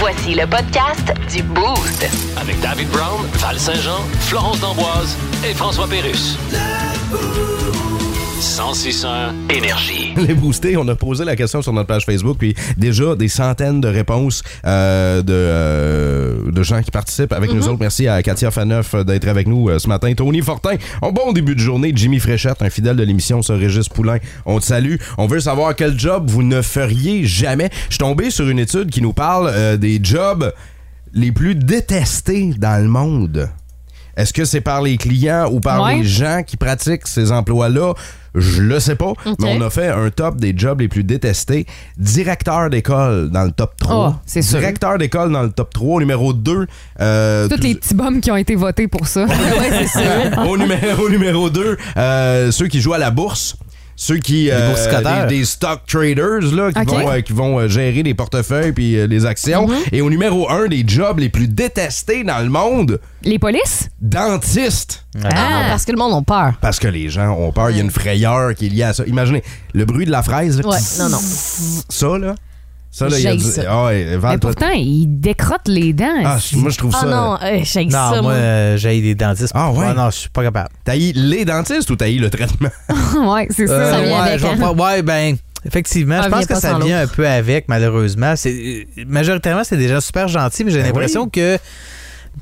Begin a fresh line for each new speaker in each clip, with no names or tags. Voici le podcast du Boost.
Avec David Brown, Val Saint-Jean, Florence D'Amboise et François Pérus. 1061 Énergie.
les booster. On a posé la question sur notre page Facebook, puis déjà des centaines de réponses euh, de, euh, de gens qui participent avec nous autres. Merci à Katia Faneuf euh, d'être avec nous euh, ce matin. Tony Fortin, un bon début de journée. Jimmy Fréchette, un fidèle de l'émission, ce Régis Poulain, on te salue. On veut savoir quel job vous ne feriez jamais. Je suis tombé sur une étude qui nous parle euh, des jobs les plus détestés dans le monde. Est-ce que c'est par les clients ou par
Ouais.
les gens qui pratiquent ces emplois-là? Je le sais pas, mais on a fait un top des jobs les plus détestés. Directeur d'école dans le top 3.
Ah, c'est sûr.
Directeur d'école dans le top 3. Numéro euh, 2.
Tous les petits bums qui ont été votés pour ça. ouais, c'est sûr.
au, numéro, au numéro 2, ceux qui jouent à la bourse. Ceux qui. euh,
boursicoteurs.
des, des stock traders, là, qui
Ok. Mm-hmm.
vont, euh, qui vont euh, gérer des portefeuilles puis euh, les actions. Et au numéro 1 des jobs les plus détestés dans le monde,
Les polices?
dentiste.
Ah, parce que le monde a peur.
Parce que les gens ont peur, il y a une frayeur qui est liée à ça. Imaginez, le bruit de la fraise, là,
Ouais,
tss,
non, non.
ça, là, ça, là, il y a
J'haïs
du-
ça.
Ah ouais, Val,
Mais
toi-
pourtant, ils décrottent les dents.
Ah, moi, je trouve
Ah
ça...
non, euh, j'ai
Non,
ça.
moi,
moi.
euh, j'ai des dentistes.
Ah ouais?
non, je suis pas capable.
T'as eu les dentistes ou t'as eu le traitement?
ouais, c'est ça.
Euh,
vient
ouais,
avec,
je vais
hein?
pas- ouais, ben, effectivement,
Ah,
je
viens
pense que
pas
ça
sans
vient un peu avec, malheureusement. C'est, euh, majoritairement, c'est déjà super gentil, mais
Ben
j'ai l'impression que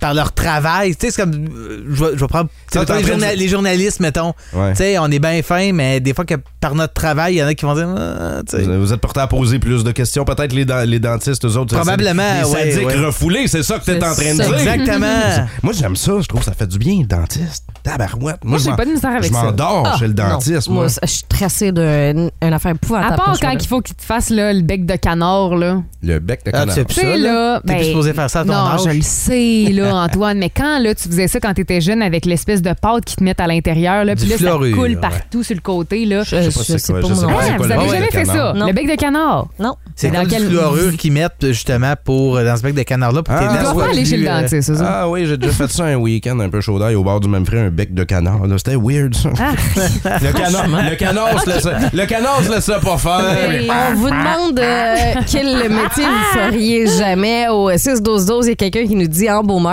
par leur travail, tu sais, c'est comme. euh, Je vais, je vais prendre. tu sais,
Ça,
mettons,
t'es en
les,
train de-
journa- les journalistes, mettons.
Ouais.
Tu sais, on est bien fin, mais des fois que par notre travail, il y en a qui vont dire. Ah, tu sais.
Vous vous êtes porté à poser plus de questions, peut-être les, dent- les dentistes, eux autres.
Probablement,
c'est- Les
ouais,
sadiques
ouais.
refoulés, c'est ça que t'es
C'est
en train de
ça.
dire.
Exactement.
Moi, j'aime ça, je trouve que ça fait du bien, le dentiste. Tabarouette. Moi,
Moi,
je
j'ai
m'en-
pas de misère avec
Je
ça.
m'endors
Ah,
chez le
non.
dentiste, moi.
Moi, je suis tracée d'une une affaire
À
épouvantable.
part
que je
quand
vois
il faut qu'ils te fassent là, le bec de canard, là.
Le bec de
Ah, tu
canard.
sais
Tu
plus ça.
sais, là. ben,
T'es plus supposé faire ça à ton
non,
âge.
je le sais, là, Antoine. mais quand, là, tu faisais ça quand t'étais jeune avec l'espèce de pâte qui te mettent à l'intérieur, là,
Du
puis là,
fluorure,
ça coule
ouais.
partout sur le côté, là.
là. Je,
sais
je
pas c'est
sais
quoi,
pas
je
mon
sais
nom.
pas.
Ah,
c'est quoi
vous
le
avez
bec
jamais
de
fait ça?
canard?
Non.
Le bec de canard.
Non.
C'est
Dans
comme
quel-
du fluorure qu'ils mettent justement pour euh, dans ce bec de canard-là pour que
Ah.
tes
Tu
dents
dois
soient
pas aller
plus,
chez le
euh,
dentiste, c'est ça?
Ah oui, j'ai déjà fait ça un week-end un peu chaud d'ail au bord du même frais, un bec de canard. là. C'était weird ça.
Ah.
Le canard, le canard se laisse, le canard se laissait pas faire.
Eh, On vous demande euh, quel métier vous feriez jamais au 6-12-12. Il y a quelqu'un qui nous dit embaumeur.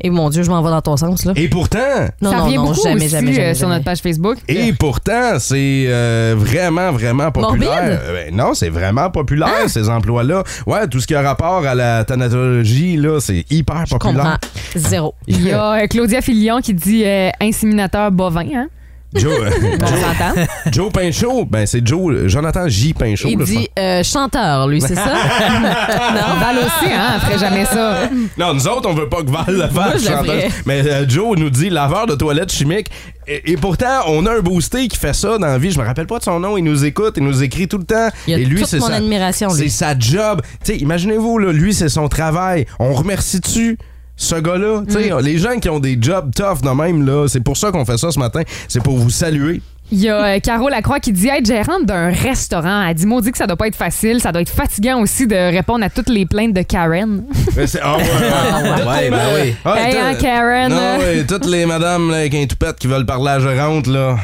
Et mon Dieu, je m'en vais dans ton sens, là.
Et pourtant,
Non,
ça
non,
revient
non,
beaucoup
jamais,
aussi,
jamais, jamais,
euh, sur
jamais.
notre page Facebook.
et pourtant, c'est euh, vraiment, vraiment populaire.
Morbide?
Euh, ben non, c'est vraiment populaire,
Ah.
ces emplois-là. Ouais, tout ce qui a rapport à la thanatologie, là, c'est hyper
Je comprends.
populaire.
Zéro.
Il y a euh, Claudia Filion qui dit euh, inséminateur bovin, hein?
Joe,
On s'entend.
Joe Pinchot, ben c'est Joe, Jonathan J. Pinchot.
Il
là, je
dit euh, chanteur, lui, c'est ça?
Ah!
non.
Val aussi, hein? Elle ferait jamais ça.
Non, nous autres, on veut pas que Val le fasse,
je le
chanteuse.
ferais.
Mais euh, Joe nous dit laveur de toilettes chimiques. Et, et pourtant, on a un boosté qui fait ça dans la vie. Je me rappelle pas de son nom. Il nous écoute, il nous écrit tout le temps.
Il a
et lui,
toute
c'est
mon
sa,
admiration,
C'est
lui.
sa job. Tu sais, imaginez-vous, là, lui, c'est son travail. On remercie-tu? Ce gars-là, Tu
Mm.
sais, les gens qui ont des jobs tough de même, là, c'est pour ça qu'on fait ça ce matin. C'est pour vous saluer.
Il y a euh, Caro Lacroix qui dit être gérante d'un restaurant. Elle dit maudit que ça doit pas être facile. Ça doit être fatigant aussi de répondre à toutes les plaintes de Karen.
Mais c'est- ah ouais, ouais.
Ouais, ben oui.
Ouais,
Hey,
t'as-
hein, Karen?
Ah, Non, ouais, toutes les madames là, avec un toupette qui veulent parler à la gérante, là.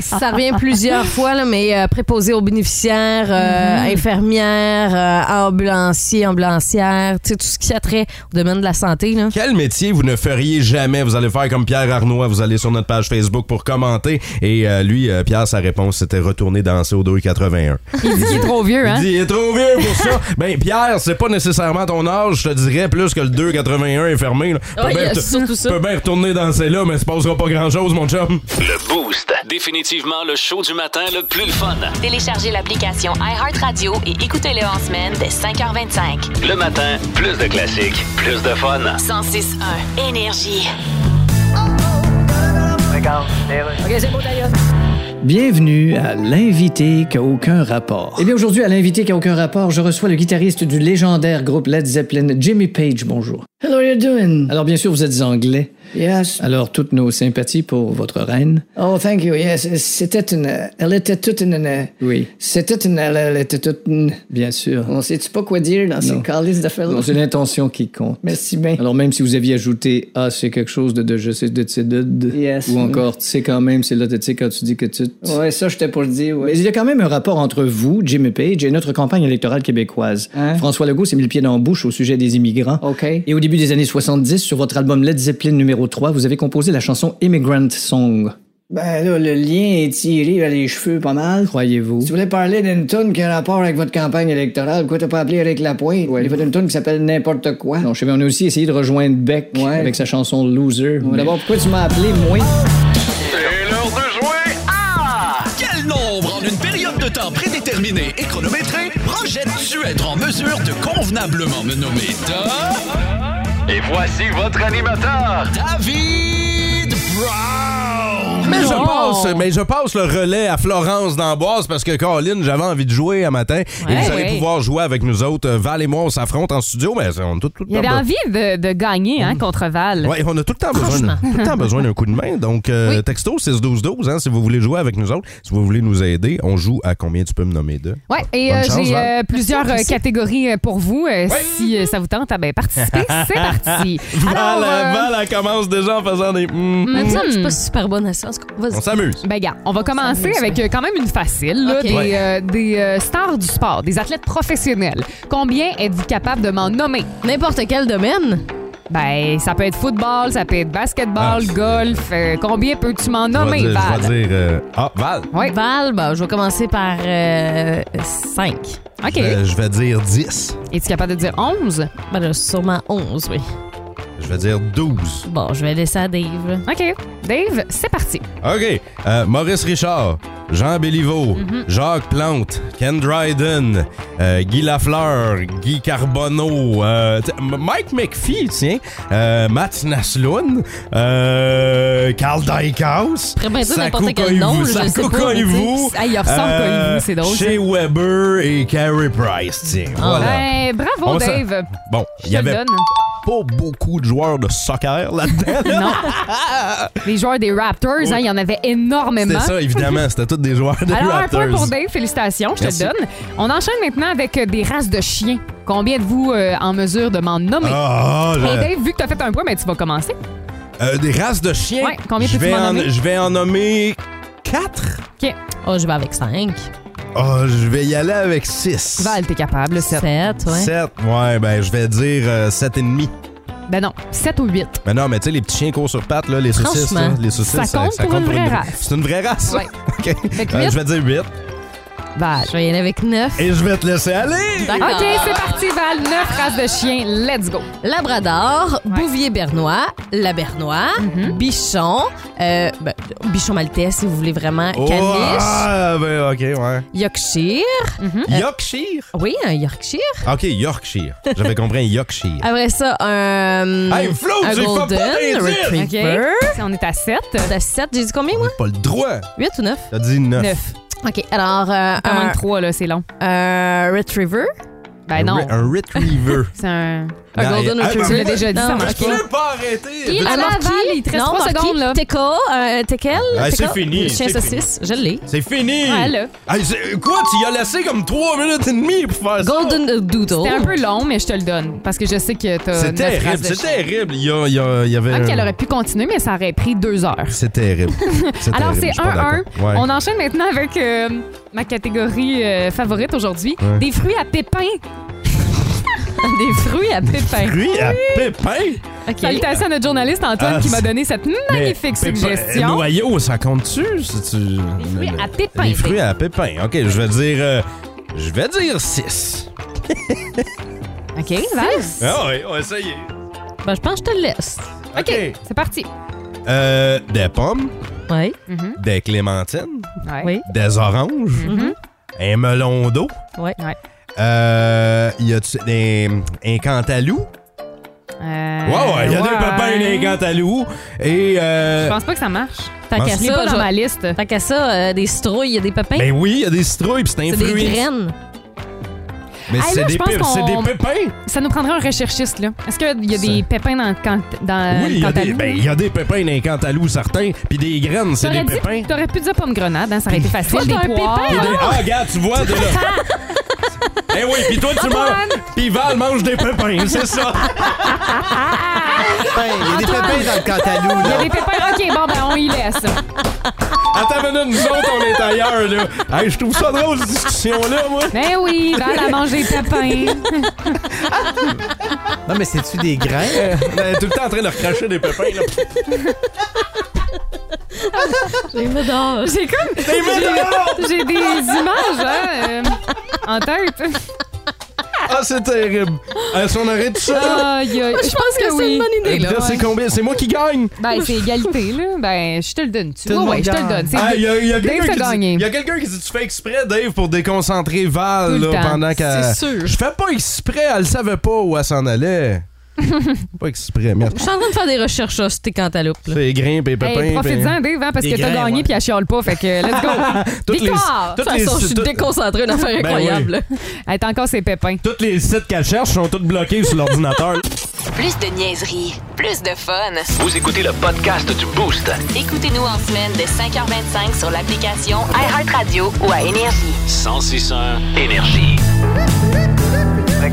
Ça revient plusieurs fois, là, mais euh, préposé aux bénéficiaires, euh,
Mm-hmm.
infirmières, euh, ambulanciers, ambulancières, tu sais, tout ce qui a trait au domaine de la santé.
Mm-hmm.
Là.
Quel métier vous ne feriez jamais? Vous allez faire comme Pierre Arnois, vous allez sur notre page Facebook pour commenter. Et euh, lui, euh, Pierre, sa réponse, c'était retourner danser au 281.
Il dit qu'il est trop vieux, hein?
Il dit, il est trop vieux pour ça. ben, Pierre, c'est pas nécessairement ton âge, je te dirais plus que le 281 est fermé. là. Peut
Ouais,
bien
il y a
retour-
surtout ça.
peut bien retourner danser là, mais ça passera pas grand-chose, mon chum.
Le Boost. Définitivement le show du matin le plus le fun.
Téléchargez l'application iHeartRadio et écoutez-le en semaine dès 5h25.
Le matin, plus de classiques, plus de fun.
106.1 Énergie.
Bienvenue à l'invité qui a aucun rapport. Eh bien aujourd'hui à l'invité qui a aucun rapport, je reçois le guitariste du légendaire groupe Led Zeppelin, Jimmy Page. Bonjour. Hello, you're doing? Alors, bien sûr, vous êtes anglais. Yes. Alors, toutes nos sympathies pour votre reine.
Oh, thank you. Yes, c'était une. Elle était toute une.
Oui,
C'était une. Elle était toute une.
bien sûr.
On sait pas quoi dire dans ces
Non.
calices d'affaires-là.
Non, C'est l'intention qui compte.
Merci bien.
Alors, même si vous aviez ajouté « Ah, c'est quelque chose de, de je sais, de, de, de, de
Yes.
ou encore « Tu sais quand même, c'est là, tu sais quand tu dis que tu... tu-
Ouais, ça, j'étais pour le dire.
Mais
Ouais.
il y a quand même un rapport entre vous, Jimmy Page, et notre campagne électorale québécoise.
Hein?
François Legault s'est mis le pied dans la bouche au sujet des immigrants.
OK.
Et au début des années 70, sur votre album Led Zeppelin numéro 3, vous avez composé la chanson Immigrant Song.
Ben là, le lien est tiré vers les cheveux pas mal.
Croyez-vous?
Tu voulais parler d'une toune qui a rapport avec votre campagne électorale. Pourquoi t'as pas appelé Eric Lapointe? Il y a une toune qui s'appelle N'importe quoi.
Non, je sais, mais on a aussi essayé de rejoindre Beck
Ouais.
avec sa chanson Loser.
Mais D'abord, pourquoi tu m'as appelé, moi?
Quel nombre, en une période de temps prédéterminée et chronométrée, projettes-tu être en mesure de convenablement me nommer Et voici votre animateur, David Brown.
Mais je,
Non.
passe, mais je passe le relais à Florence d'Amboise parce que Colin, j'avais envie de jouer un matin et vous
Ouais,
allez
ouais.
pouvoir jouer avec nous autres. Euh, Val et moi, on s'affronte en studio, mais on a tout, tout le
Il
temps
avait
besoin-
envie de, de gagner hein, contre Val.
Mm. Ouais, on a tout le temps besoin, d'un- tout le temps besoin d'un coup de main. Donc, euh, texto 6-12-12, hein, si vous voulez jouer avec nous autres, si vous voulez nous aider, on joue à combien tu peux me nommer de?
Ouais, et
Bonne
euh,
chance,
j'ai
Val.
euh, plusieurs euh, catégories euh, pour vous. Euh,
Ouais.
Si euh, ça vous tente, à ben, participer, c'est parti. Alors, euh,
Ah, elle commence déjà en faisant des... hmm.
Même ça, je suis pas super bonne à ça. en tout cas. Vas-y.
On s'amuse.
Ben, gars, on va commencer avec euh, quand même une facile, là,
Ok.
des,
Ouais.
euh, des euh, stars du sport, des athlètes professionnels. Combien êtes-vous capable de m'en nommer?
N'importe quel domaine.
Ben, ça peut être football, ça peut être basketball,
Ah,
golf. Euh, combien peux-tu m'en
Je vais
nommer,
dire-
Val?
Je vais dire... euh, Ah, Val!
Oui,
Val, ben, je vais commencer par euh, 5.
OK.
Euh, je vais dire 10.
Es-tu capable de dire 11?
Ben, là, sûrement 11, oui.
Je vais dire 12.
Bon, je vais laisser à Dave. là.
OK. Dave, c'est parti.
OK. Euh, Maurice Richard, Jean Béliveau,
Mhm.
Jacques Plante, Ken Dryden, euh, Guy Lafleur, Guy Carbonneau, euh, t- M- Mike McPhee, tiens, euh, Matt Nasloun, euh, Carl Dykhouse,
Très bien dire
Sakou
n'importe quel nom,
Koivu,
je sais
Sakou
pas, mais
Koivu,
Ah, il ressemble
euh,
pas à vous, c'est drôle.
Shea Weber et Carey Price, tiens. voilà.
Ben, bravo,
Ah, On s'en-
Dave.
Bon,
Je te
il y
le
avait
donne.
pas beaucoup de joueurs de soccer là-dedans. là.
Non. Les joueurs des Raptors, hein, il y en avait énormément.
C'était ça, évidemment. C'était tous des joueurs de
Alors, un
Raptors.
point pour Dave, félicitations, je te
Merci.
le donne. On enchaîne maintenant avec euh, des races de chiens. Combien êtes-vous euh, en mesure de m'en nommer?
Ah, ah,
Hey,
je-
Dave, vu que t'as fait un point, mais tu vas commencer.
Euh, des races de chiens.
Ouais, combien
je
peux-tu
vais
m'en
en,
nommer?
Je vais en nommer 4.
Oh, je vais avec 5.
Oh, je vais y aller avec 6.
Val, hein? t'es capable, le
7,
sept.
ouais.
7, ouais, ben je vais dire 7,5.
Ben non, 7 ou 8.
Mais non, mais tu sais, les petits chiens courts sur pattes, là, les saucisses,
Franchement,
là, les saucisses,
ça compte pour une vraie race.
C'est une vraie race. ça?
Ouais.
OK.
Fait que
Euh,
huit.
je vais dire 8.
Val.
Je vais y aller avec 9.
Et je vais te laisser aller.
D'accord.
OK, c'est parti, Val. 9 races de chiens. Let's go.
Labrador, Bouvier Bernois, La Bernois, Bichon, euh, ben, Bichon Maltais si vous voulez vraiment,
Oh,
Caniche,
ah, ben, OK, ouais.
Yorkshire,
Hmm?
Euh. Yorkshire.
oui, un Yorkshire.
OK, Yorkshire. J'avais compris un Yorkshire.
Après ça, un,
Hey, Flo,
un
j'ai pas
Golden
pas d'indice!
OK.
Retriever.
Si on est à 7,
T'as 7, j'ai dit combien, moi?
Pas le droit.
8 ou 9?
T'as dit 9.
9.
OK, alors, euh,
T'en
un,
manques 3, là, c'est long.
un Retriever,
Ben non,
Un retriever.
c'est un...
un
Non,
Golden
eh,
Retriever.
Tu l'as déjà dit,
Non,
ça
mais
marche
je
pas.
peux pas arrêter.
Il
Un
à
Marquis?
Laval, il te reste
Non,
3
Marquis,
secondes, là.
Teckel, euh, Teckel,
Ah, c'est
Teckel,
fini,
Chien
c'est
saucisse, je l'ai.
C'est fini.
Ouais, Ah, là.
Hey, c'est- quoi, tu y as laissé comme 3 minutes et demie pour faire
Golden euh, Doodle.
C'était un peu long, mais je te le donne. Parce que je sais que
ça.
t'as
C'est
9 races
terrible,
de
c'est
chiens.
terrible. Il y, a- il y a- il y avait.
Même qu'elle
un-
aurait pu continuer, mais ça aurait pris deux heures.
C'est terrible. C'est
Alors,
terrible,
c'est
je suis pas
1-1.
d'accord. Ouais.
On enchaîne maintenant avec euh, ma catégorie euh, favorite aujourd'hui
Ouais.
des fruits à pépins.
Des fruits à pépins.
Lui, à Pépin.
OK.
Salutations à notre journaliste Antoine
Ah,
qui m'a
c'est-
donné cette magnifique
Mais Pépin-
suggestion.
Noyau, ça compte-tu? Si tu-
fruits
Le-
à Pépin,
Les fruits
Dave.
à Pépin. OK, je vais dire. euh, Je vais dire 6.
OK, Val.
Ah ouais, on va essayer.
Ben, je pense que je te le laisse.
OK, c'est parti.
Euh, des pommes,
Oui.
Hmm?
des clémentines,
Ouais.
Oui.
des oranges, un melon d'eau.
Ouais.
Mm-hmm. Ouais.
Euh, y a-tu des, un cantalou?
Euh,
ouais, ouais, y a des pépins et des cantalou. Et,
Je
euh,
pense pas que ça marche.
Tant
Bon,
qu'à
Je l'ai pas
ça, je
dans
vais-
ma liste.
Tant qu'à ça, euh, des citrouilles, il y a des pépins.
ben oui, y a Ben, des citrouilles, pis c'est un
c'est des
fruit.
graines.
Mais
Hey, là,
c'est
je
des,
pense
pé-
qu'on-
c'est des pépins.
Ça nous prendrait un recherchiste, là. Est-ce qu'il y a des
Ça-
pépins dans, le cant- dans
oui,
le
il y, a des-
euh, cantalou?
ben, il y a des pépins dans les cantaloups, certains. Puis des graines, c'est
T'aurais
des
dit-
pépins.
T'aurais pu dire pomme grenade, hein, ça aurait été facile.
Toi,
des
t'as un
poires.
pépin,
Puis des- Ah, regarde, tu vois, de là. Eh oui, puis toi, tu manges. Puis Val mange des pépins, c'est ça.
Pépins, Il y a des pépins dans le cantalou,
Il y a
là.
des pépins. OK, bon, ben, on y laisse.
Attends une minute, nous autres, on est ailleurs, là. Hey, je trouve ça drôle, cette discussion-là, moi.
Ben oui, Val à manger pépins.
Non, mais c'est-tu des grains?
Euh, ben, tout le temps en train de recracher des pépins, là.
J'ai comme. J'ai des images, hein, euh, en tête.
Ah, c'est terrible. Euh, si on arrête ça,
Ah,
Aïe, aïe. Je pense
que c'est une bonne idée, là.
là,
hein.
c'est combien? C'est moi qui gagne.
Ben, c'est égalité, là. Ben, je te le donne. Tu
Tout le
vois,
monde
ouais, je te le
gagne.
donne. C'est-
Ah, Il y a, il y a
Dave
quelqu'un
a
qui dit-
gagné.
il y a quelqu'un qui dit Tu fais exprès, Dave, pour déconcentrer Val
Tout le
là,
temps.
pendant qu'elle.
C'est sûr.
Je fais pas exprès, elle savait pas où elle s'en allait. pas exprès, merde.
Je suis en train de faire des recherches là, sur tes cantaloupes. là.
C'est grimpe et pépin.
Hey, Profites-en, Dave, hein, parce
Des
que t'as
grains,
gagné
ouais.
puis elle chiale pas. Fait que euh, let's go.
Toutes les,
Victoire!
De
toutes,
toute
les,
façon, je suis
tout-
déconcentrée, une affaire
Ben
incroyable.
Elle est encore ses pépins.
toutes les sites qu'elle cherche sont toutes bloqués sur l'ordinateur.
Plus de niaiserie, plus de fun.
Vous écoutez le podcast du Boost.
Écoutez-nous en semaine de 5h25 sur l'application iHeartRadio ou à Énergie.
1061 Énergie.
OK,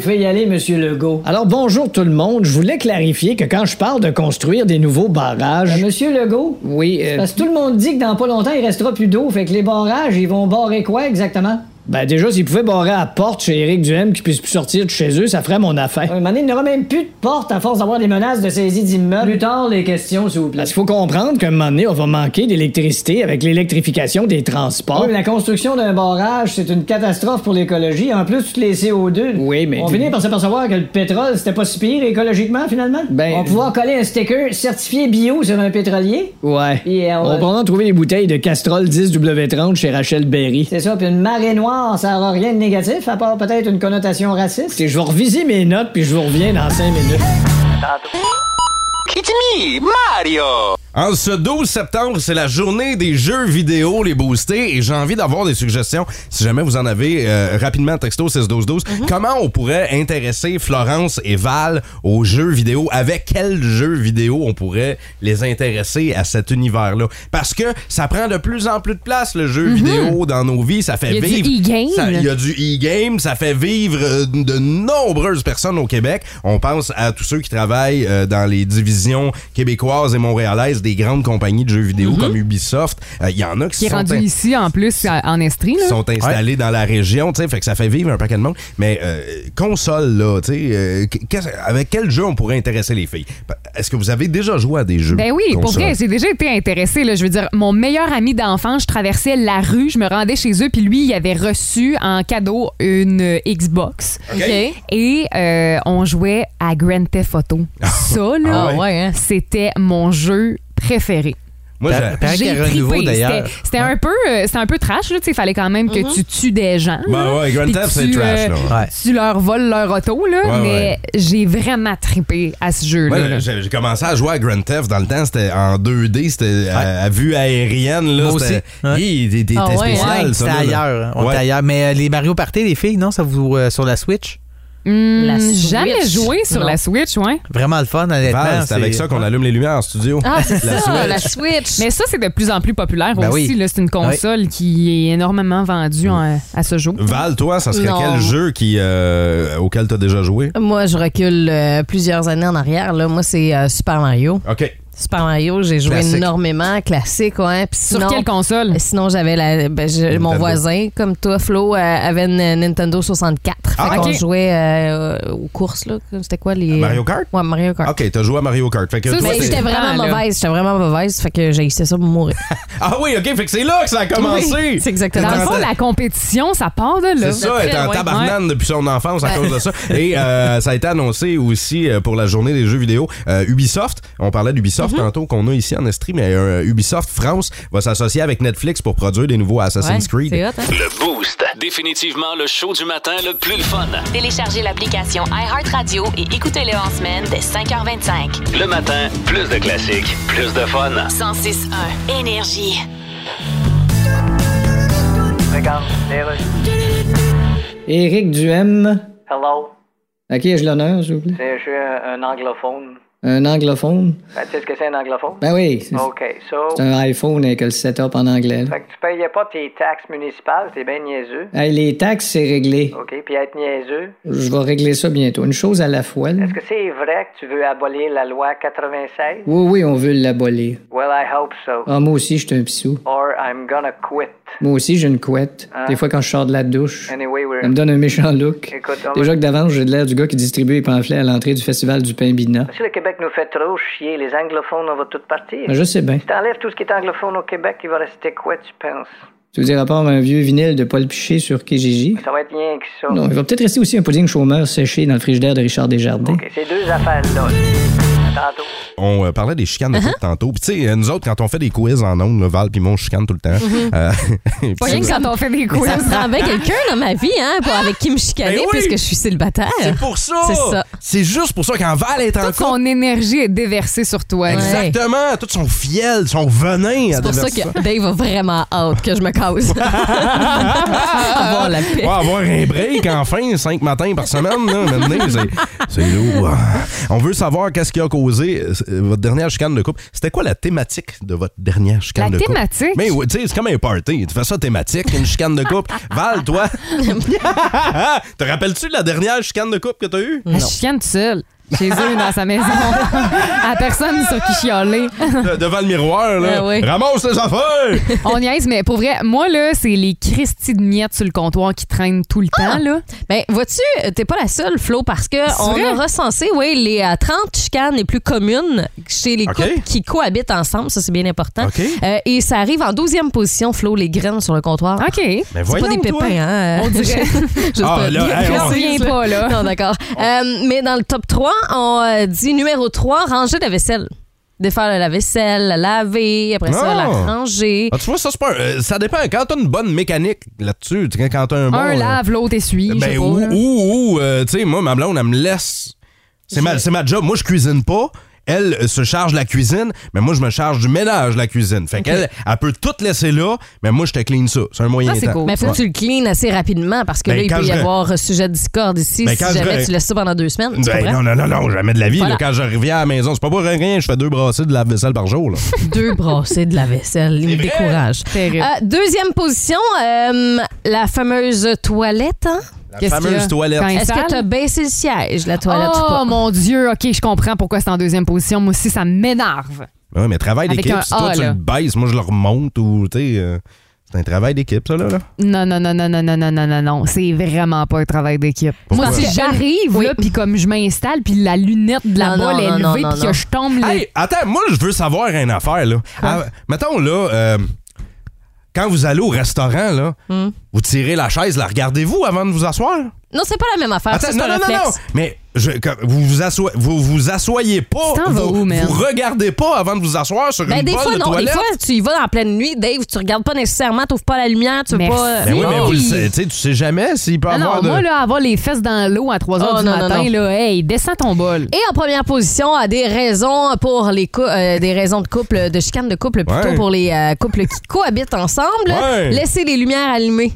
fais y aller, Monsieur Legault. Alors, bonjour tout le monde. Je voulais clarifier que quand je parle de construire des nouveaux barrages... Euh, Monsieur Legault? Oui,
euh,
Parce que tout le monde dit que dans pas longtemps, il restera plus d'eau. Fait que les barrages, ils vont barrer quoi exactement? Ben déjà, s'ils pouvaient barrer à la porte chez Éric Duhem qui puisse plus sortir de chez eux, ça ferait mon affaire. Un moment donné, il n'y aura même plus de porte à force d'avoir des menaces de saisie d'immeubles. Plus tard, les questions, s'il vous plaît. Parce qu'il faut comprendre qu'à un moment donné, on va manquer d'électricité avec l'électrification des transports. Oh, la construction d'un barrage, c'est une catastrophe pour l'écologie. En plus, toutes les CO2. Oui, mais... On finit par s'apercevoir que le pétrole, c'était pas si pire écologiquement, finalement. Ben... On va pouvoir coller un sticker certifié bio sur un pétrolier. Ouais. on va probablement trouver des bouteilles de Castrol 10W30 chez Rachel Berry. C'est ça, puis une marée noire, ça aura rien de négatif, à part peut-être une connotation raciste. Je vais reviser mes notes, puis je vous reviens dans 5 minutes.
It's me, Mario.
En Hein, ce 12 septembre, c'est la journée des jeux vidéo, les boostés, et j'ai envie d'avoir des suggestions. Si jamais vous en avez, euh, rapidement, texto 61212,
Mhm.
comment on pourrait intéresser Florence et Val aux jeux vidéo? Avec quel jeu vidéo on pourrait les intéresser à cet univers-là? Parce que ça prend de plus en plus de place, le jeu vidéo, dans nos vies. Ça fait
Mhm. Il y a du
vivre...
e-game.
ça- il y a du e-game, ça fait vivre euh, de nombreuses personnes au Québec. On pense à tous ceux qui travaillent euh, dans les divisions québécoises et montréalaises des grandes compagnies de jeux vidéo comme Ubisoft. Euh, Il y en a qui,
Mm-hmm. Qui est
sont,
rendu
in-
ici, en plus, à- en Estrie,
qui
là.
sont installés dans la région, tu sais, fait que ça fait vivre un paquet de monde. Mais euh, console là, tu sais, euh, qu'est-ce- avec quel jeu on pourrait intéresser les filles Est-ce que vous avez déjà joué à des jeux
Ben oui, pour
console?
vrai, j'ai déjà été intéressée. Là. Je veux dire, mon meilleur ami d'enfance, je traversais la rue, je me rendais chez eux, puis lui, il avait reçu en cadeau une euh, Xbox.
OK.
Et euh, on jouait à Grand Theft Auto. Ça, là,
Ah
ouais, hein?
c'était mon jeu préféré.
Moi,
Ben,
j'ai-
paraît qu'il y a
J'ai
un renouveau,
trippé.
d'ailleurs.
C'était- C'était un peu, euh, c'était un peu trash. Il fallait quand même que tu tues des gens.
Ben
là,
ouais, Grand
puis
Theft, c'est
tu, euh,
trash, là, ouais.
Ouais.
Tu leur voles leur auto, là,
Ouais,
mais
ouais.
j'ai vraiment trippé à ce jeu-là.
Moi,
là.
j'ai j'ai commencé à jouer à Grand Theft dans le temps, c'était en 2D, c'était euh, à, à vue aérienne. Là,
Moi
c'était-
aussi.
Hi, t'es- t'es-
Ah
t'es
ouais,
spécial.
Ouais,
ça,
c'était
là, là.
ailleurs. hein. On
Ouais.
était ailleurs. Mais euh, les Mario Party, les filles, non, ça vous euh, sur la Switch?
Hmm,
La Switch.
jamais joué sur
Non.
la Switch, ouais.
Vraiment le fun, honnêtement.
Val, c'est avec ça qu'on allume les lumières en studio.
Ah, c'est ça,
La Switch.
la Switch.
Mais ça, c'est de plus en plus populaire
Ben
aussi.
oui.
là. C'est une console qui est énormément vendue en- à ce jour.
Val, toi, ça serait
Non.
quel jeu qui, euh, auquel t'as déjà joué?
Moi, je recule euh, plusieurs années en arrière. Là. Moi, c'est euh, Super Mario.
OK.
Super Mario, j'ai joué
Classique.
énormément, classique, ouais. Puis
Sur
sinon- euh,
quelle console?
Sinon, j'avais la, ben, je- mon
Nintendo.
voisin, comme toi, Flo, euh, avait une euh, Nintendo 64.
Ah,
fait qu'on
ok.
jouait euh, aux courses, là. C'était quoi les.
Mario Kart?
Ouais, Mario Kart.
OK, t'as joué à Mario Kart. Fait que
Ça,
toi,
c'est-
Mais
t'es-
j'étais
Ah,
vraiment
là.
mauvaise, j'étais vraiment mauvaise. Fait que j'ai ça pour mourir.
Ah oui, OK, fait que c'est là que ça a commencé.
Oui, c'est exactement
Dans le
ça.
fond, la compétition, ça part de là.
C'est ça, elle est en
Ouais.
tabarnane depuis son enfance à cause de ça. Et euh, ça a été annoncé aussi euh, pour la journée des jeux vidéo. Euh, Ubisoft, on parlait d'Ubisoft
Mm-hmm.
tantôt qu'on a ici en Estrie, mais euh, Ubisoft France va s'associer avec Netflix pour produire des nouveaux Assassin's
Ouais,
Creed.
c'est hot, hein?
Le Boost. Définitivement le show du matin le plus le fun.
Téléchargez l'application iHeartRadio et écoutez-le en semaine de 5h25.
Le matin, plus de classiques, plus de fun.
106.1 Énergie.
Éric Duhem.
Hello,
À qui ai-je l'honneur, s'il vous plaît?
c'est- je suis un, un anglophone.
Un anglophone?
Ben, tu sais ce que c'est un anglophone?
Ben oui, c'est
OK, so.
c'est un iPhone avec le setup en anglais. là.
Fait que tu payais pas tes taxes municipales, t'es bien niaiseux.
Hey, les taxes, c'est réglé.
OK, puis être niaiseux.
Je vais régler ça bientôt. Une chose à la fois. là.
Est-ce que c'est vrai que tu veux abolir la loi 96?
Oui, oui, on veut l'abolir.
Well, I hope so.
Ah, moi aussi, je suis un pissou.
Or I'm gonna quit.
Moi aussi, j'ai une couette. Des fois, quand je sors de la douche,
Ah. Anyway, we're.
ça me donne un méchant look.
Écoute, on...
Déjà que d'avance, j'ai de l'air du gars qui distribue les pamphlets à l'entrée du festival du pain bina.
si le Québec nous fait trop chier, les anglophones, on va tout partir.
Ah, Ben, Je sais bien.
T'enlèves tout ce qui est anglophone au Québec, il va rester quoi, tu penses?
Tu veux dire à part un vieux vinyle de Paul Piché sur Kijiji?
Ça va être rien que ça.
Non, il va peut-être rester aussi un pudding chômeur séché dans le frigidaire de Richard Desjardins.
OK, ces deux affaires-là. Tantôt.
On euh, parlait des chicanes de couple tantôt. Puis tu sais, euh, nous autres, quand on fait des quiz en ondes, là, Val puis moi, on chicane tout le temps.
Mm-hmm.
Euh, puis
Pas rien que quand on fait
Ça
des quiz.
me prend bien quelqu'un dans ma vie, hein, pour, avec qui me chicaner,
Ben oui.
puisque je suis célibataire.
c'est pour ça!
C'est ça.
C'est juste pour ça quand Val est en
Toute
couple.
son énergie est déversée sur toi.
Exactement! Tout son fiel, son venin.
C'est pour ça que Dave a vraiment hâte que je me cause. Avoir la paix.
On va avoir un break enfin, cinq matins par semaine. Là, maintenant, c'est- c'est lourd. On veut savoir qu'est-ce qui a causé euh, votre dernière chicane de couple. C'était quoi la thématique de votre dernière chicane
La
de couple?
thématique?
Mais ouais, tu sais, c'est comme un party. Tu fais ça thématique, une chicane de couple. Val, toi, te rappelles-tu de la dernière chicane de couple que t'as eue?
Elle chienne toute seule. Chez eux, dans sa maison. à personne sur qui chialer.
De- devant le miroir, là.
Ah oui.
Ramasse les affaires!
On niaise, mais pour vrai, moi, là, c'est les Christie de miettes sur le comptoir qui traînent tout le temps, là.
Ben, vois-tu, t'es pas la seule, Flo, parce que on
vrai?
a recensé, oui, les euh, 30 chicanes les plus communes chez les
OK.
couples qui cohabitent ensemble. Ça, c'est bien important.
OK.
Euh, et ça arrive en 12e position, Flo, les graines sur le comptoir.
OK.
Mais
C'est pas des pépins, hein? euh,
Ben On dirait.
Juste
Ah,
pas-
là, hey,
on
Je me
revient
souviens
pas, là.
Non, d'accord. Euh, mais dans le top 3, on euh, dit numéro 3, ranger la vaisselle. Défaire la vaisselle, la laver, après ça,
Non.
la ranger.
Ah, tu vois, ça, c'est pas un- euh, ça dépend. Quand t'as une bonne mécanique là-dessus, tu sais, quand t'as un bon.
Un
euh,
lave, l'autre essuie. je sais
Ben,
pas,
ou,
là.
ou, ou, euh, tu sais, moi, ma blonde, elle me laisse. C'est ma, c'est ma job. Moi, je cuisine pas. Elle euh, se charge de la cuisine, mais moi, je me charge du ménage de la cuisine. Fait qu'elle, elle peut tout laisser là, mais moi, je te clean ça. C'est un moyen
Ah, c'est
temps.
cool.
Mais faut que tu le clean assez rapidement parce que
Ben,
là, il
quand
peut y
je re-
avoir euh, sujet de discorde ici
Ben,
si
quand je
jamais
re-
tu laisses ça pendant deux semaines. tu
Ben,
comprends?
non, non, non, non, jamais de la vie.
Voilà.
là. quand je reviens à la maison, c'est pas pour rien, je fais deux brassées de lave-vaisselle par jour. Là.
Deux brassées de la vaisselle, il me décourage.
Terrible.
Euh, deuxième position, euh, la fameuse toilette. hein?
La
Qu'est-ce qu'il y
fameuse
a?
toilette.
Quand il
Est-ce
sale?
que tu as baissé le siège, la toilette ou
Ben, Oh
pas?
mon Dieu, OK, je comprends pourquoi c'est en deuxième position. Moi aussi, ça m'énerve.
Ouais, mais travail
Avec
d'équipe,
un
si toi,
A,
tu
là.
le baisses, moi, je le remonte ou, tu sais. euh, c'est un travail d'équipe, ça, là. là.
Non, non, non, non, non, non, non, non, non, non. C'est vraiment pas un travail d'équipe.
Pourquoi?
Moi, si j'arrive, là, puis comme je m'installe, puis la lunette de la
Non,
balle
non,
est
non, non,
levée,
non,
puis
non.
que je tombe là.
Hey, attends, moi, je veux savoir une affaire, là. Ah, mettons, là, euh, quand vous allez au restaurant, là,
Hmm.
vous tirez la chaise, la regardez-vous avant de vous asseoir?
Non, c'est pas la même affaire. Ah, ça,
Attends,
c'est
non,
un
non, non,
réflexe.
non. Mais je, quand vous, vous, assoyez, vous vous assoyez pas,
Tu t'en vas
vous,
où, man?
vous regardez pas avant de vous asseoir sur
Ben,
une
des
bolle
fois,
de
non.
toilette.
Des fois, tu y vas en pleine nuit, Dave, tu regardes pas nécessairement, t'ouvres pas la lumière, tu veux
Merci.
pas.
Ben oui, mais
Oui.
vous le savez, tu sais, tu sais jamais s'il peut
Ah
avoir
non,
de...
moi, là, avoir les fesses dans l'eau à 3 h
Oh,
du
non, non,
matin,
non.
là, hey, descends ton bol.
Et en première position, à des raisons pour les cou- euh, des raisons de couple, de chicane de couple plutôt
Ouais.
pour les euh, couples qui cohabitent ensemble,
Ouais.
laisser les lumières allumées.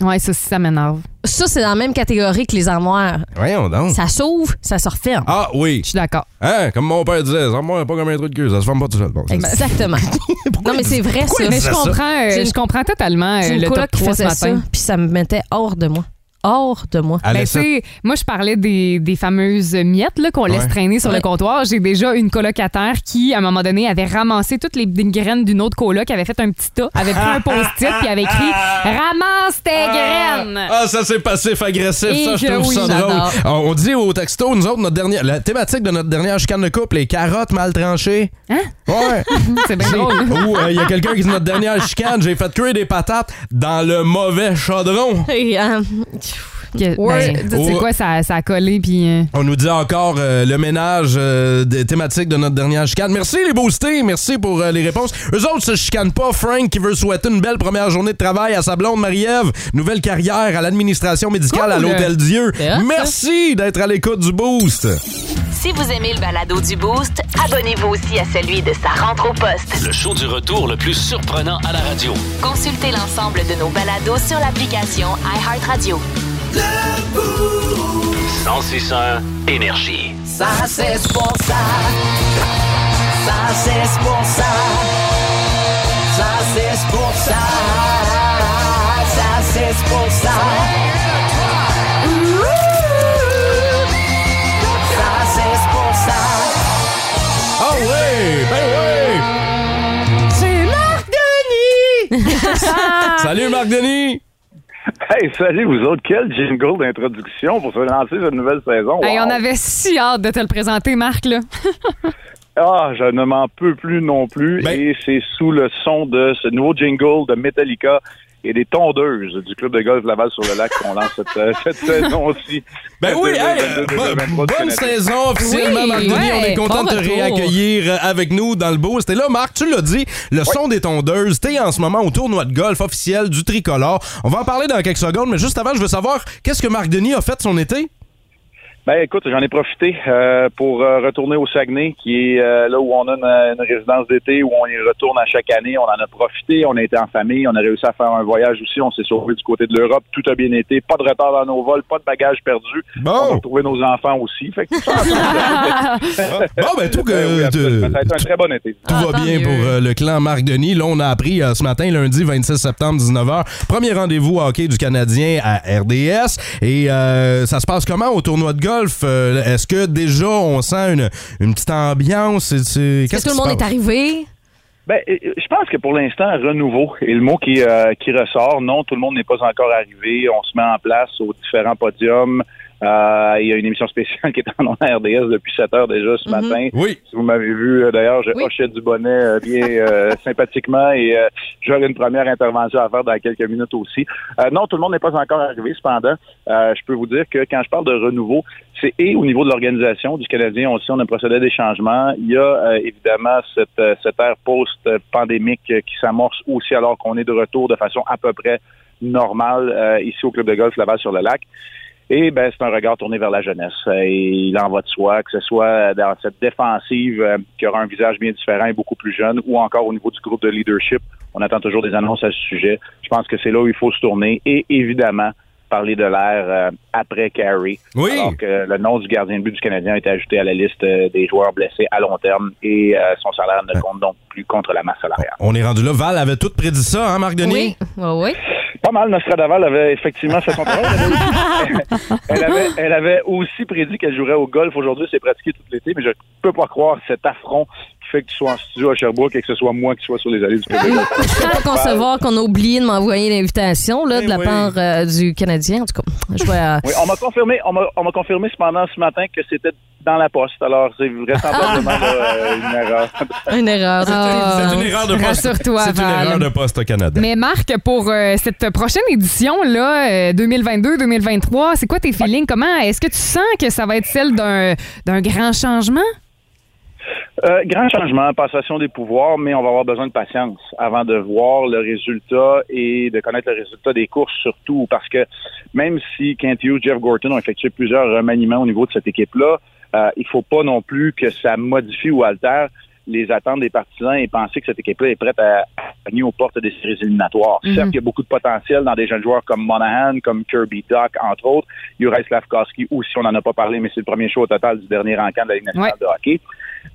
Ouais, ça, ça m'énerve.
Ça, c'est dans la même catégorie que les armoires.
Voyons donc.
Ça s'ouvre, ça se referme.
Ah oui,
Je suis d'accord.
hein, comme mon père disait, ça moi pas comme un truc de cul, ça se forme pas tout seul. Bon, ça-
Exactement. non, mais c'est vrai, ça.
Mais je
ça?
comprends, euh,
J'ai une-
je comprends totalement euh,
J'ai une
le
coloc
top
qui
3 ce
faisait ça,
matin.
puis ça me mettait hors de moi. Hors de moi.
Elle
Ben, tu
laissait-
sais, moi, je parlais des, des fameuses miettes là, qu'on
Ouais.
laisse traîner sur
Ouais.
le comptoir. J'ai déjà une colocataire qui, à un moment donné, avait ramassé toutes les petites graines d'une autre coloc, avait fait un petit tas, avait pris un post-it, puis avait écrit Ramasse tes graines!
Ah, ça c'est passif-agressif,
Et
ça je
que
trouve
oui,
ça drôle.
j'adore.
On, on dit au texto, nous autres, notre dernière, la thématique de notre dernière chicane de couple, les carottes mal tranchées. Hein? Ouais.
C'est bien drôle.
Ou euh, il y a quelqu'un qui dit notre dernière chicane, j'ai fait cuire des patates dans le mauvais chaudron.
Et, euh,
Que-
Ouais.
ben, tu sais
Oh.
quoi, ça, ça a collé, puis. euh,
On nous dit encore euh, le ménage euh, des thématiques de notre dernière chicane. Merci les boostés, merci pour euh, les réponses. Eux autres se chicanent pas. Frank qui veut souhaiter une belle première journée de travail à sa blonde Marie-Ève. Nouvelle carrière à l'administration médicale à
Cool.
l'Hôtel Dieu.
C'est hot, ça.
Merci d'être à l'écoute du boost.
Si vous aimez le balado du Boost, abonnez-vous aussi à celui de sa rentre au poste.
Le show du retour le plus surprenant à la radio.
Consultez l'ensemble de nos balados sur l'application iHeartRadio.
1061 Énergie.
Ça c'est pour ça. Ça c'est pour ça. Ça c'est pour ça. Ça c'est pour ça. Ouh. Ça c'est pour ça.
Ah oui! Ben
C'est Marc Denis.
oui! Salut Marc Denis!
Hey, salut vous autres. Quel jingle d'introduction pour se lancer cette nouvelle saison.
Hey,
Wow.
on avait si hâte de te le présenter, Marc. Là.
Ah, je ne m'en peux plus non plus.
Ben,
Et c'est sous le son de ce nouveau jingle de Metallica et des tondeuses du club de golf Laval sur le lac qu'on lance cette, euh, cette saison aussi.
Ben oui, hey, Bonne saison officiellement, Marc Denis. on est content de te réaccueillir euh, avec nous dans le beau. C'était là, Marc, tu l'as dit, le son des tondeuses. T'es en ce moment au tournoi de golf officiel du tricolore. On va en parler dans quelques secondes, mais juste avant, je veux savoir qu'est-ce que Marc Denis a fait son été?
Ben écoute, j'en ai profité euh, pour euh, retourner au Saguenay, qui est euh, là où on a une, une résidence d'été, où on y retourne à chaque année. On en a profité, on a été en famille, on a réussi à faire un voyage aussi, on s'est sauvé du côté de l'Europe, tout a bien été, pas de retard dans nos vols, pas de bagages perdus. On a retrouvé nos enfants aussi. Fait que tout ça,
bon, ben tout que.
ça a été un très bon été.
Tout
Ah,
va bien pour euh, le clan Marc Denis. Là, on a appris euh, ce matin, lundi 26 septembre, 19h, premier rendez-vous hockey du Canadien à RDS. Et euh, ça se passe comment au tournoi de golf? Euh, Est-ce que déjà on sent une, une petite ambiance? C'est- c'est-
Est-ce
qu'est-ce
que tout
qui
le
se
monde est
passe?
arrivé?
Ben, euh, je pense que pour l'instant, renouveau est le mot qui, euh, qui ressort. Non, tout le monde n'est pas encore arrivé. On se met en place aux différents podiums. Euh, Il y a une émission spéciale qui est en ondes à RDS depuis 7 heures déjà
Mhm.
ce matin.
Oui.
Si vous m'avez vu, euh, d'ailleurs, je hochais du bonnet euh, bien euh, sympathiquement et euh, j'aurai une première intervention à faire dans quelques minutes aussi. Euh, non, tout le monde n'est pas encore arrivé. Cependant, euh, je peux vous dire que quand je parle de renouveau, c'est et au niveau de l'organisation du Canadien aussi, on a procédé à des changements. Il y a euh, évidemment cette, euh, cette ère post-pandémique euh, qui s'amorce aussi alors qu'on est de retour de façon à peu près normale euh, ici au club de golf Laval sur le lac. Et ben c'est un regard tourné vers la jeunesse. Euh, Et il en va de soi, que ce soit dans cette défensive euh, qui aura un visage bien différent et beaucoup plus jeune, ou encore au niveau du groupe de leadership. On attend toujours des annonces à ce sujet. Je pense que c'est là où il faut se tourner. Et évidemment, parler de l'air euh, après Carey.
Oui.
Alors que le nom du gardien de but du Canadien a été ajouté à la liste euh, des joueurs blessés à long terme et euh, son salaire ne compte donc plus contre la masse salariale.
On est rendu là. Val avait tout prédit ça, hein, Marc Denis?
Oui.
oui.
Pas mal, Nostradaval avait effectivement fait son travail. Elle avait, elle avait aussi prédit qu'elle jouerait au golf aujourd'hui. C'est pratiqué tout l'été, mais je peux pas croire cet affront qui fait que tu sois en studio à Sherbrooke et que ce soit moi qui sois sur les allées du Québec.
Je peux pas concevoir qu'on a oublié de m'envoyer l'invitation là, de la part euh, du Canadien. En tout cas, je vais. euh,
Oui, on m'a confirmé, on m'a- on m'a confirmé cependant ce matin que c'était dans la poste. Alors, c'est vraisemblablement là, euh, une erreur.
Une erreur. Ah.
C'est une erreur de poste.
Rassure-toi,
C'est une
Val.
erreur de poste au Canada.
Mais Marc, pour euh, cette prochaine édition, là, euh, 2022-2023, c'est quoi tes feelings? Comment est-ce que tu sens que ça va être celle d'un d'un grand changement?
Euh, grand changement, passation des pouvoirs, mais on va avoir besoin de patience avant de voir le résultat et de connaître le résultat des courses surtout, parce que même si Kent Hughes, Jeff Gorton ont effectué plusieurs remaniements au niveau de cette équipe-là, euh, il faut pas non plus que ça modifie ou altère les attentes des partisans et penser que cette équipe-là est prête à à pogner aux portes des séries éliminatoires.
Mhm.
Certes, il y a beaucoup de potentiel dans des jeunes joueurs comme Monahan, comme Kirby Doc, entre autres. Juraj Slavkovski aussi, on n'en a pas parlé, mais c'est le premier show au total du dernier rencontre de la Ligue nationale de hockey.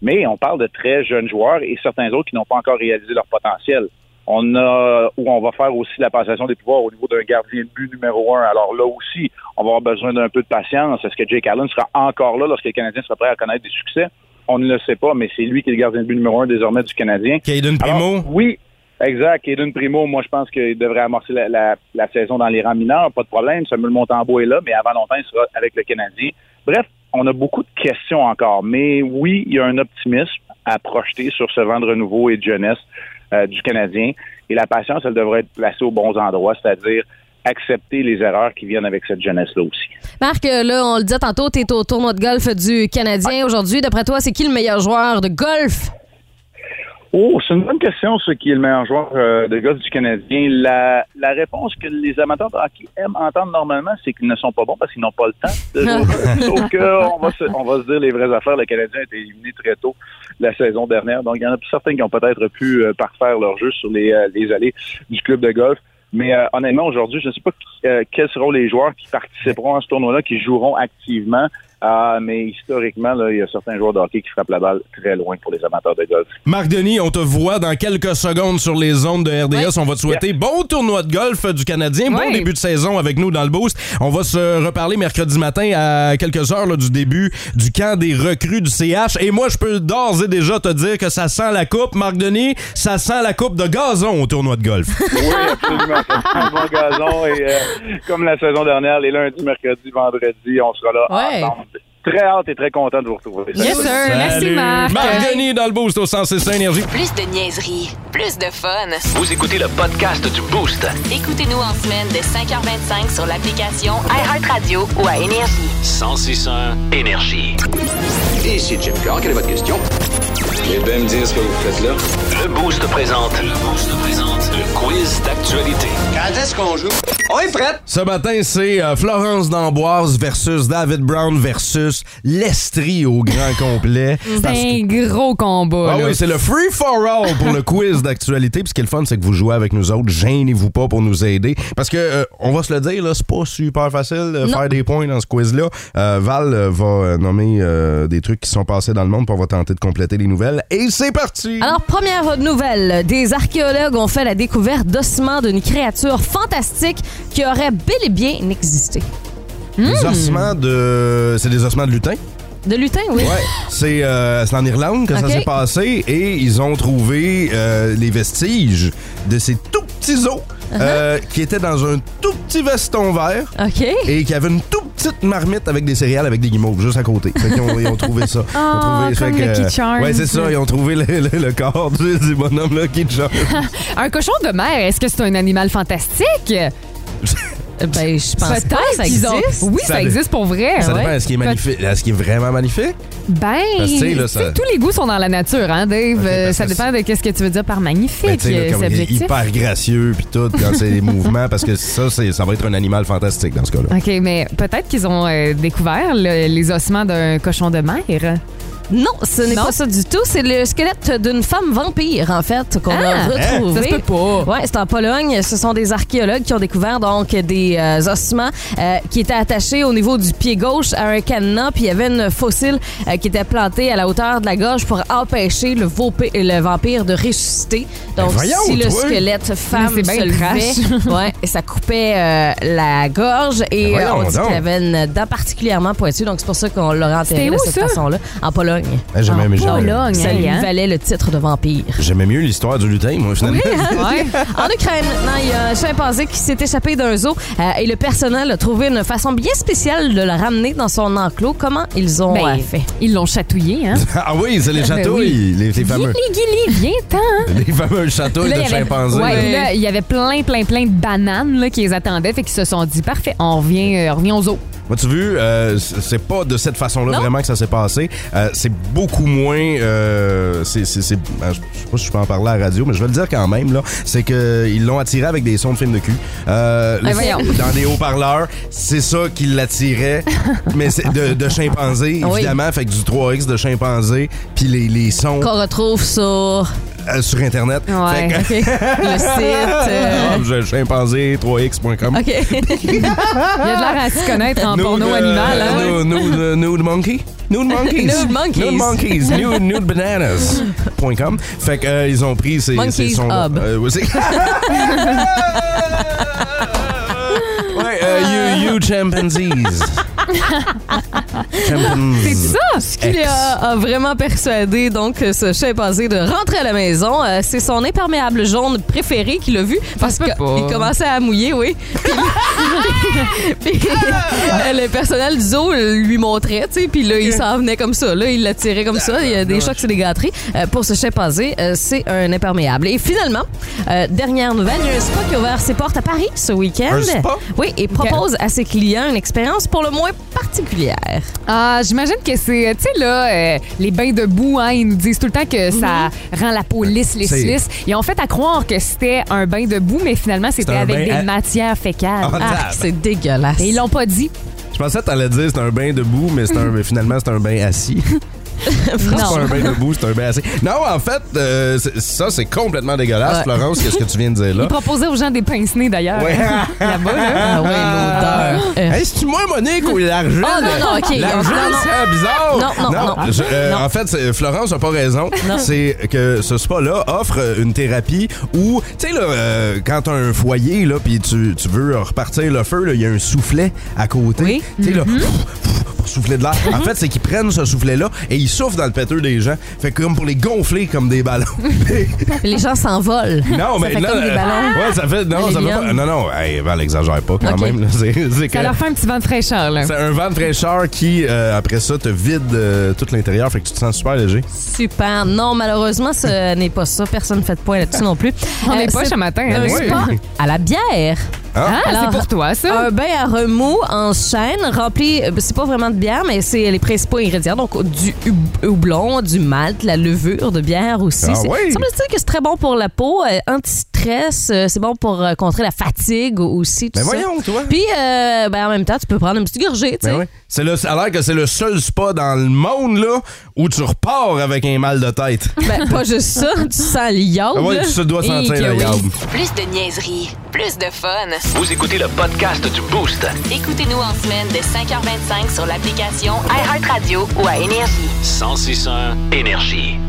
Mais on parle de très jeunes joueurs et certains autres qui n'ont pas encore réalisé leur potentiel. On a où on va faire aussi la passation des pouvoirs au niveau d'un gardien de but numéro un. Alors là aussi, on va avoir besoin d'un peu de patience. Est-ce que Jake Allen sera encore là lorsque le Canadien sera prêt à connaître des succès? On ne le sait pas, mais c'est lui qui est le gardien de but numéro un désormais du Canadien.
Caden Primo.
oui, exact. Caden Primo, moi, je pense qu'il devrait amorcer la, la- la saison dans les rangs mineurs. Pas de problème. Samuel Montembeau est là, mais avant longtemps, il sera avec le Canadien. Bref, on a beaucoup de questions encore. Mais oui, il y a un optimisme à projeter sur ce vent de renouveau et de jeunesse euh, du Canadien. Et la patience, elle devrait être placée aux bons endroits, c'est-à-dire accepter les erreurs qui viennent avec cette jeunesse-là aussi.
Marc, euh, là, on le disait tantôt, tu es au tournoi de golf du Canadien aujourd'hui. D'après toi, c'est qui le meilleur joueur de golf?
Oh, c'est une bonne question, ce qui est le meilleur joueur euh, de golf du Canadien. La, la réponse que les amateurs de hockey aiment entendre normalement, c'est qu'ils ne sont pas bons parce qu'ils n'ont pas le temps de jouer. Sauf qu'on va, se- on va se dire les vraies affaires. Le Canadien a été éliminé très tôt la saison dernière. Donc, il y en a certains qui ont peut-être pu euh, parfaire leur jeu sur les, euh, les allées du club de golf. Mais euh, honnêtement, aujourd'hui, je ne sais pas qui- euh, quels seront les joueurs qui participeront à ce tournoi-là, qui joueront activement. Ah, mais historiquement, là, il y a certains joueurs de hockey qui frappent la balle très loin pour les amateurs de golf.
Marc Denis, on te voit dans quelques secondes sur les ondes de RDS. On va te souhaiter bon tournoi de golf du Canadien, bon
Ouais.
début de saison avec nous dans le Boost. On va se reparler mercredi matin à quelques heures là, du début du camp des recrues du CH. Et moi, je peux d'ores et déjà te dire que ça sent la coupe, Marc Denis, ça sent la coupe de gazon au tournoi de golf.
Oui, absolument. Ça sent le bon gazon. Et euh, comme la saison dernière, les lundis, mercredis, vendredis, on sera là
Ouais.
ensemble. Très hâte et très content de vous retrouver.
Yes, sir.
Salut.
Merci, Marc.
Marc Denis dans le Boost au 106 Énergie.
Plus de niaiserie, plus de fun.
Vous écoutez le podcast du Boost.
Écoutez-nous en semaine de 5h25 sur l'application iHeartRadio ou à Énergie.
1061 Énergie.
Ici Jim Carr, quelle est votre question? Vous bien me dire ce que vous faites là?
Le Boost présente. Le Boost présente. Le quiz d'actualité. Quand est-ce qu'on joue? On est prête!
Ce matin, c'est euh, Florence d'Amboise versus David Brown versus l'Estrie au grand complet.
Ben,
Parce que-
C'est un gros combat.
Ah
là.
oui, c'est le free for all pour le quiz d'actualité. Puis ce qui est le fun, c'est que vous jouez avec nous autres. Gênez-vous pas pour nous aider. Parce que, euh, on va se le dire, là, c'est pas super facile de
Non.
faire des points dans ce quiz-là. Euh, Val euh, va euh, nommer euh, des trucs qui sont passés dans le monde, puis on va tenter de compléter les nouvelles. Et c'est parti!
Alors, première nouvelle. Des archéologues ont fait la découverte d'ossements d'une créature fantastique qui aurait bel et bien existé.
Des
Hmm.
ossements de. C'est des ossements de lutin?
De lutin, oui.
Ouais, c'est euh, c'est en Irlande que ça
Ok.
s'est passé et ils ont trouvé euh, les vestiges de ces tout petits os
Uh-huh.
euh, qui étaient dans un tout petit veston vert et qui avaient une tout petite marmite avec des céréales avec des guimauves juste à côté. Fait qu'ils ont, ils ont trouvé ça. Ils ont
Oh,
trouvé-
comme
fait
le
que-
Keith Charles.
Ouais, c'est ça. Ils ont trouvé le, le- le corps du, du bonhomme là, Keith Charles.
un cochon de mer, est-ce que c'est un animal fantastique?
Ben, je pense pas que ça
qu'ils ont-
existe.
Oui, ça,
Ça dé-
existe pour vrai.
Ça dépend.
Ah ouais.
Est-ce qu'il est magnifique? Est-ce qu'il est vraiment magnifique?
Ben,
Parce que, tu sais, là,
tu sais,
ça-
tous les goûts sont dans la nature, hein, Dave. Euh, ça dépend de qu'est-ce que tu veux dire par
Ben,
magnifique.
tu sais, là,
euh,
comme
c'est
il est
objectif.
hyper gracieux puis tout quand c'est les mouvements parce que ça, c'est- ça va être un animal fantastique dans ce cas-là.
OK, mais peut-être qu'ils ont euh, découvert le- les ossements d'un cochon de mer.
Non, ce n'est
Non?
pas ça du tout. C'est le squelette d'une femme vampire, en fait, qu'on a
Ah!
retrouvé.
Hein? Ça se peut pas.
Ouais, c'est en Pologne. Ce sont des archéologues qui ont découvert donc des euh, ossements euh, qui étaient attachés au niveau du pied gauche à un cadenas, puis il y avait une fossile euh, qui était plantée à la hauteur de la gorge pour empêcher le, vaupé- le vampire de ressusciter. Donc,
Ben voyons,
si le
toi!
squelette femme
Mais c'est
se
bien trash.
levait, ouais, ça coupait euh, la gorge et
Ben
euh, on
voyons
dit
donc.
qu'il avait une dent particulièrement pointue, donc c'est pour ça qu'on l'aurait enterré
C'était
de
où,
cette
ça?
façon-là. En Pologne.
Ben,
Ah,
j'aimais-
en
j'aimais-
Pologne, ça
hein,
lui
hein?
valait le titre de vampire.
J'aimais mieux l'histoire du lutin, moi, finalement.
Ouais.
en Ukraine, maintenant, il y a un chimpanzé qui s'est échappé d'un zoo euh, et le personnel a trouvé une façon bien spéciale de le ramener dans son enclos. Comment ils ont
Ben,
euh, fait?
Ils l'ont chatouillé, hein?
Ah oui, c'est les
Ben
chatouilles,
oui.
les, les fameux.
Guili, Guili, viens-t'en! hein?
Les fameuses chatouilles
Là,
de
il y avait-
chimpanzés.
ouais,
là.
là, il y avait plein, plein, plein de bananes là, qui les attendaient. Fait qu'ils se sont dit, parfait, on revient, euh, on revient aux eaux.
Moi, tu vu, euh, c- c'est pas de cette façon-là
Non.
vraiment que ça s'est passé. Euh, c'est beaucoup moins. euh, c'est, c'est- c'est- ah, je sais pas si je peux en parler à la radio, mais je vais le dire quand même. Là, c'est qu'ils l'ont attiré avec des sons de films de cul. Euh,
Ben
le-
voyons.
dans des haut-parleurs. C'est ça qui l'attirait. mais c'est de, de chimpanzés,
Oui.
évidemment. Fait que du 3X de chimpanzés, puis les, les sons
Qu'on retrouve sur
euh, sur Internet.
Ouais,
Fait que-
ok. le site. euh,
Ah, chimpanzé 3x.com.
OK. il y
Il y a de l'air à s'y connaître en
Nude,
porno
euh,
animal. hein?
nude, nude, euh, nude monkey. Nude monkeys.
Nude monkeys.
Nude monkeys. Nude, nude bananas. Point com. Fait que, euh, ils ont pris ces,
Monkeys
ces sons.
Hub.
Euh, ouais, c'est- ouais, euh, you, you chimpanzees.
C'est
Chimpanzees.
ça ce qui a, a vraiment persuadé donc euh, ce chimpanzé de rentrer à la maison. Euh, c'est son imperméable jaune préféré qu'il a vu parce qu'il
pas.
commençait à mouiller, oui. Puis, puis, euh, le personnel du zoo lui montrait, tu sais, puis là il s'en venait comme ça, là il l'attirait comme ça. Il y a des chocs, c'est des gâteries. Euh, pour ce chimpanzé, euh, c'est un imperméable. Et finalement, euh, dernière nouvelle, il y a un spa qui a ouvert ses portes à Paris ce week-end.
Un spa?
Oui, et propose à à ses clients une expérience pour le moins particulière.
Ah, j'imagine que c'est, tu sais, là, euh, les bains de boue, hein, ils nous disent tout le temps que ça rend la peau lisse, lisse,
Mm-hmm. C'est-
lisse. Ils ont fait à croire que c'était un bain de boue, mais finalement, c'était
C'est un
avec
bain
des
à- Ah,
matières fécales. Ah.
En table.
c'est dégueulasse.
Et ils l'ont pas dit.
Je pensais que t'allais dire c'est un bain debout, mais c'est un, mais finalement c'est un bain assis. C'est pas un bain debout, c'est un bain assis. Non, en fait, euh, c'est- ça c'est complètement dégueulasse,
Ouais.
Florence, qu'est-ce que tu viens de dire là?
Ils proposaient aux gens des pince d'ailleurs.
Ouais.
Là-bas,
hein?
là.
Ah ouais, l'odeur. euh. Hey, c'est-tu moi, Monique, ou l'argent?
Oh, non, non, OK.
L'argent,
Non, non.
c'est bizarre.
Non, non, non.
je- euh,
Non.
En fait, c'est- Florence n'a pas raison.
Non.
C'est que ce spa-là offre une thérapie où, tu sais, là, euh, quand t'as un foyer, là, puis tu, tu veux repartir le feu, là, il y a un soufflet à côté. Tu sais, là,
Mm-hmm.
pour souffler de l'air. En fait, c'est qu'ils prennent ce soufflet-là et ils soufflent dans le péteux des gens. Fait que comme pour les gonfler comme des ballons.
Les gens s'envolent.
Non, mais
ça fait
là,
comme des
euh,
ballons.
Ouais, ça fait. Non,
Les
ça fait pas.
lianes.
Non, non, hey, Val, exagère pas quand
Ok.
même. là. C'est c'est
Ça
que-
leur fait un petit vent de fraîcheur, là.
c'est un vent de fraîcheur qui, euh, après ça, te vide euh, tout l'intérieur. Fait que tu te sens super léger.
Super. Non, malheureusement, ce n'est pas ça. Personne ne fait de point là-dessus non plus. Euh,
On
Euh,
est poche
c'est
ce matin,
Ben
hein?
un
Oui.
spa à la bière.
Hein?
Hein?
Ah, c'est pour toi, ça.
Un bain à remous en chaîne rempli, euh, c'est pas vraiment de bière, mais c'est les principaux ingrédients. Donc, du hub- houblon, du malt, la levure de bière aussi.
Ah
C'est-
oui?
Semble-t-il que c'est très bon pour la peau, euh, anti-stress, euh, c'est bon pour euh, contrer la fatigue aussi. Tout
Ben
ça.
voyons, toi.
Puis, euh, ben, en même temps, tu peux prendre une petite gorgée, tu sais.
Ben oui. C'est le, ça a l'air que c'est le seul spa dans le monde, là, où tu repars avec un mal de tête.
Ben, pas juste ça, tu sens l'iode.
Ah ouais,
Oh là.
tu te dois
Et
sentir
que
la
oui.
yard.
Plus de niaiserie, plus de fun.
Vous écoutez le podcast du Boost.
Écoutez-nous en semaine de 5h25 sur l'application iHeartRadio ou à Énergie.
1061 Énergie.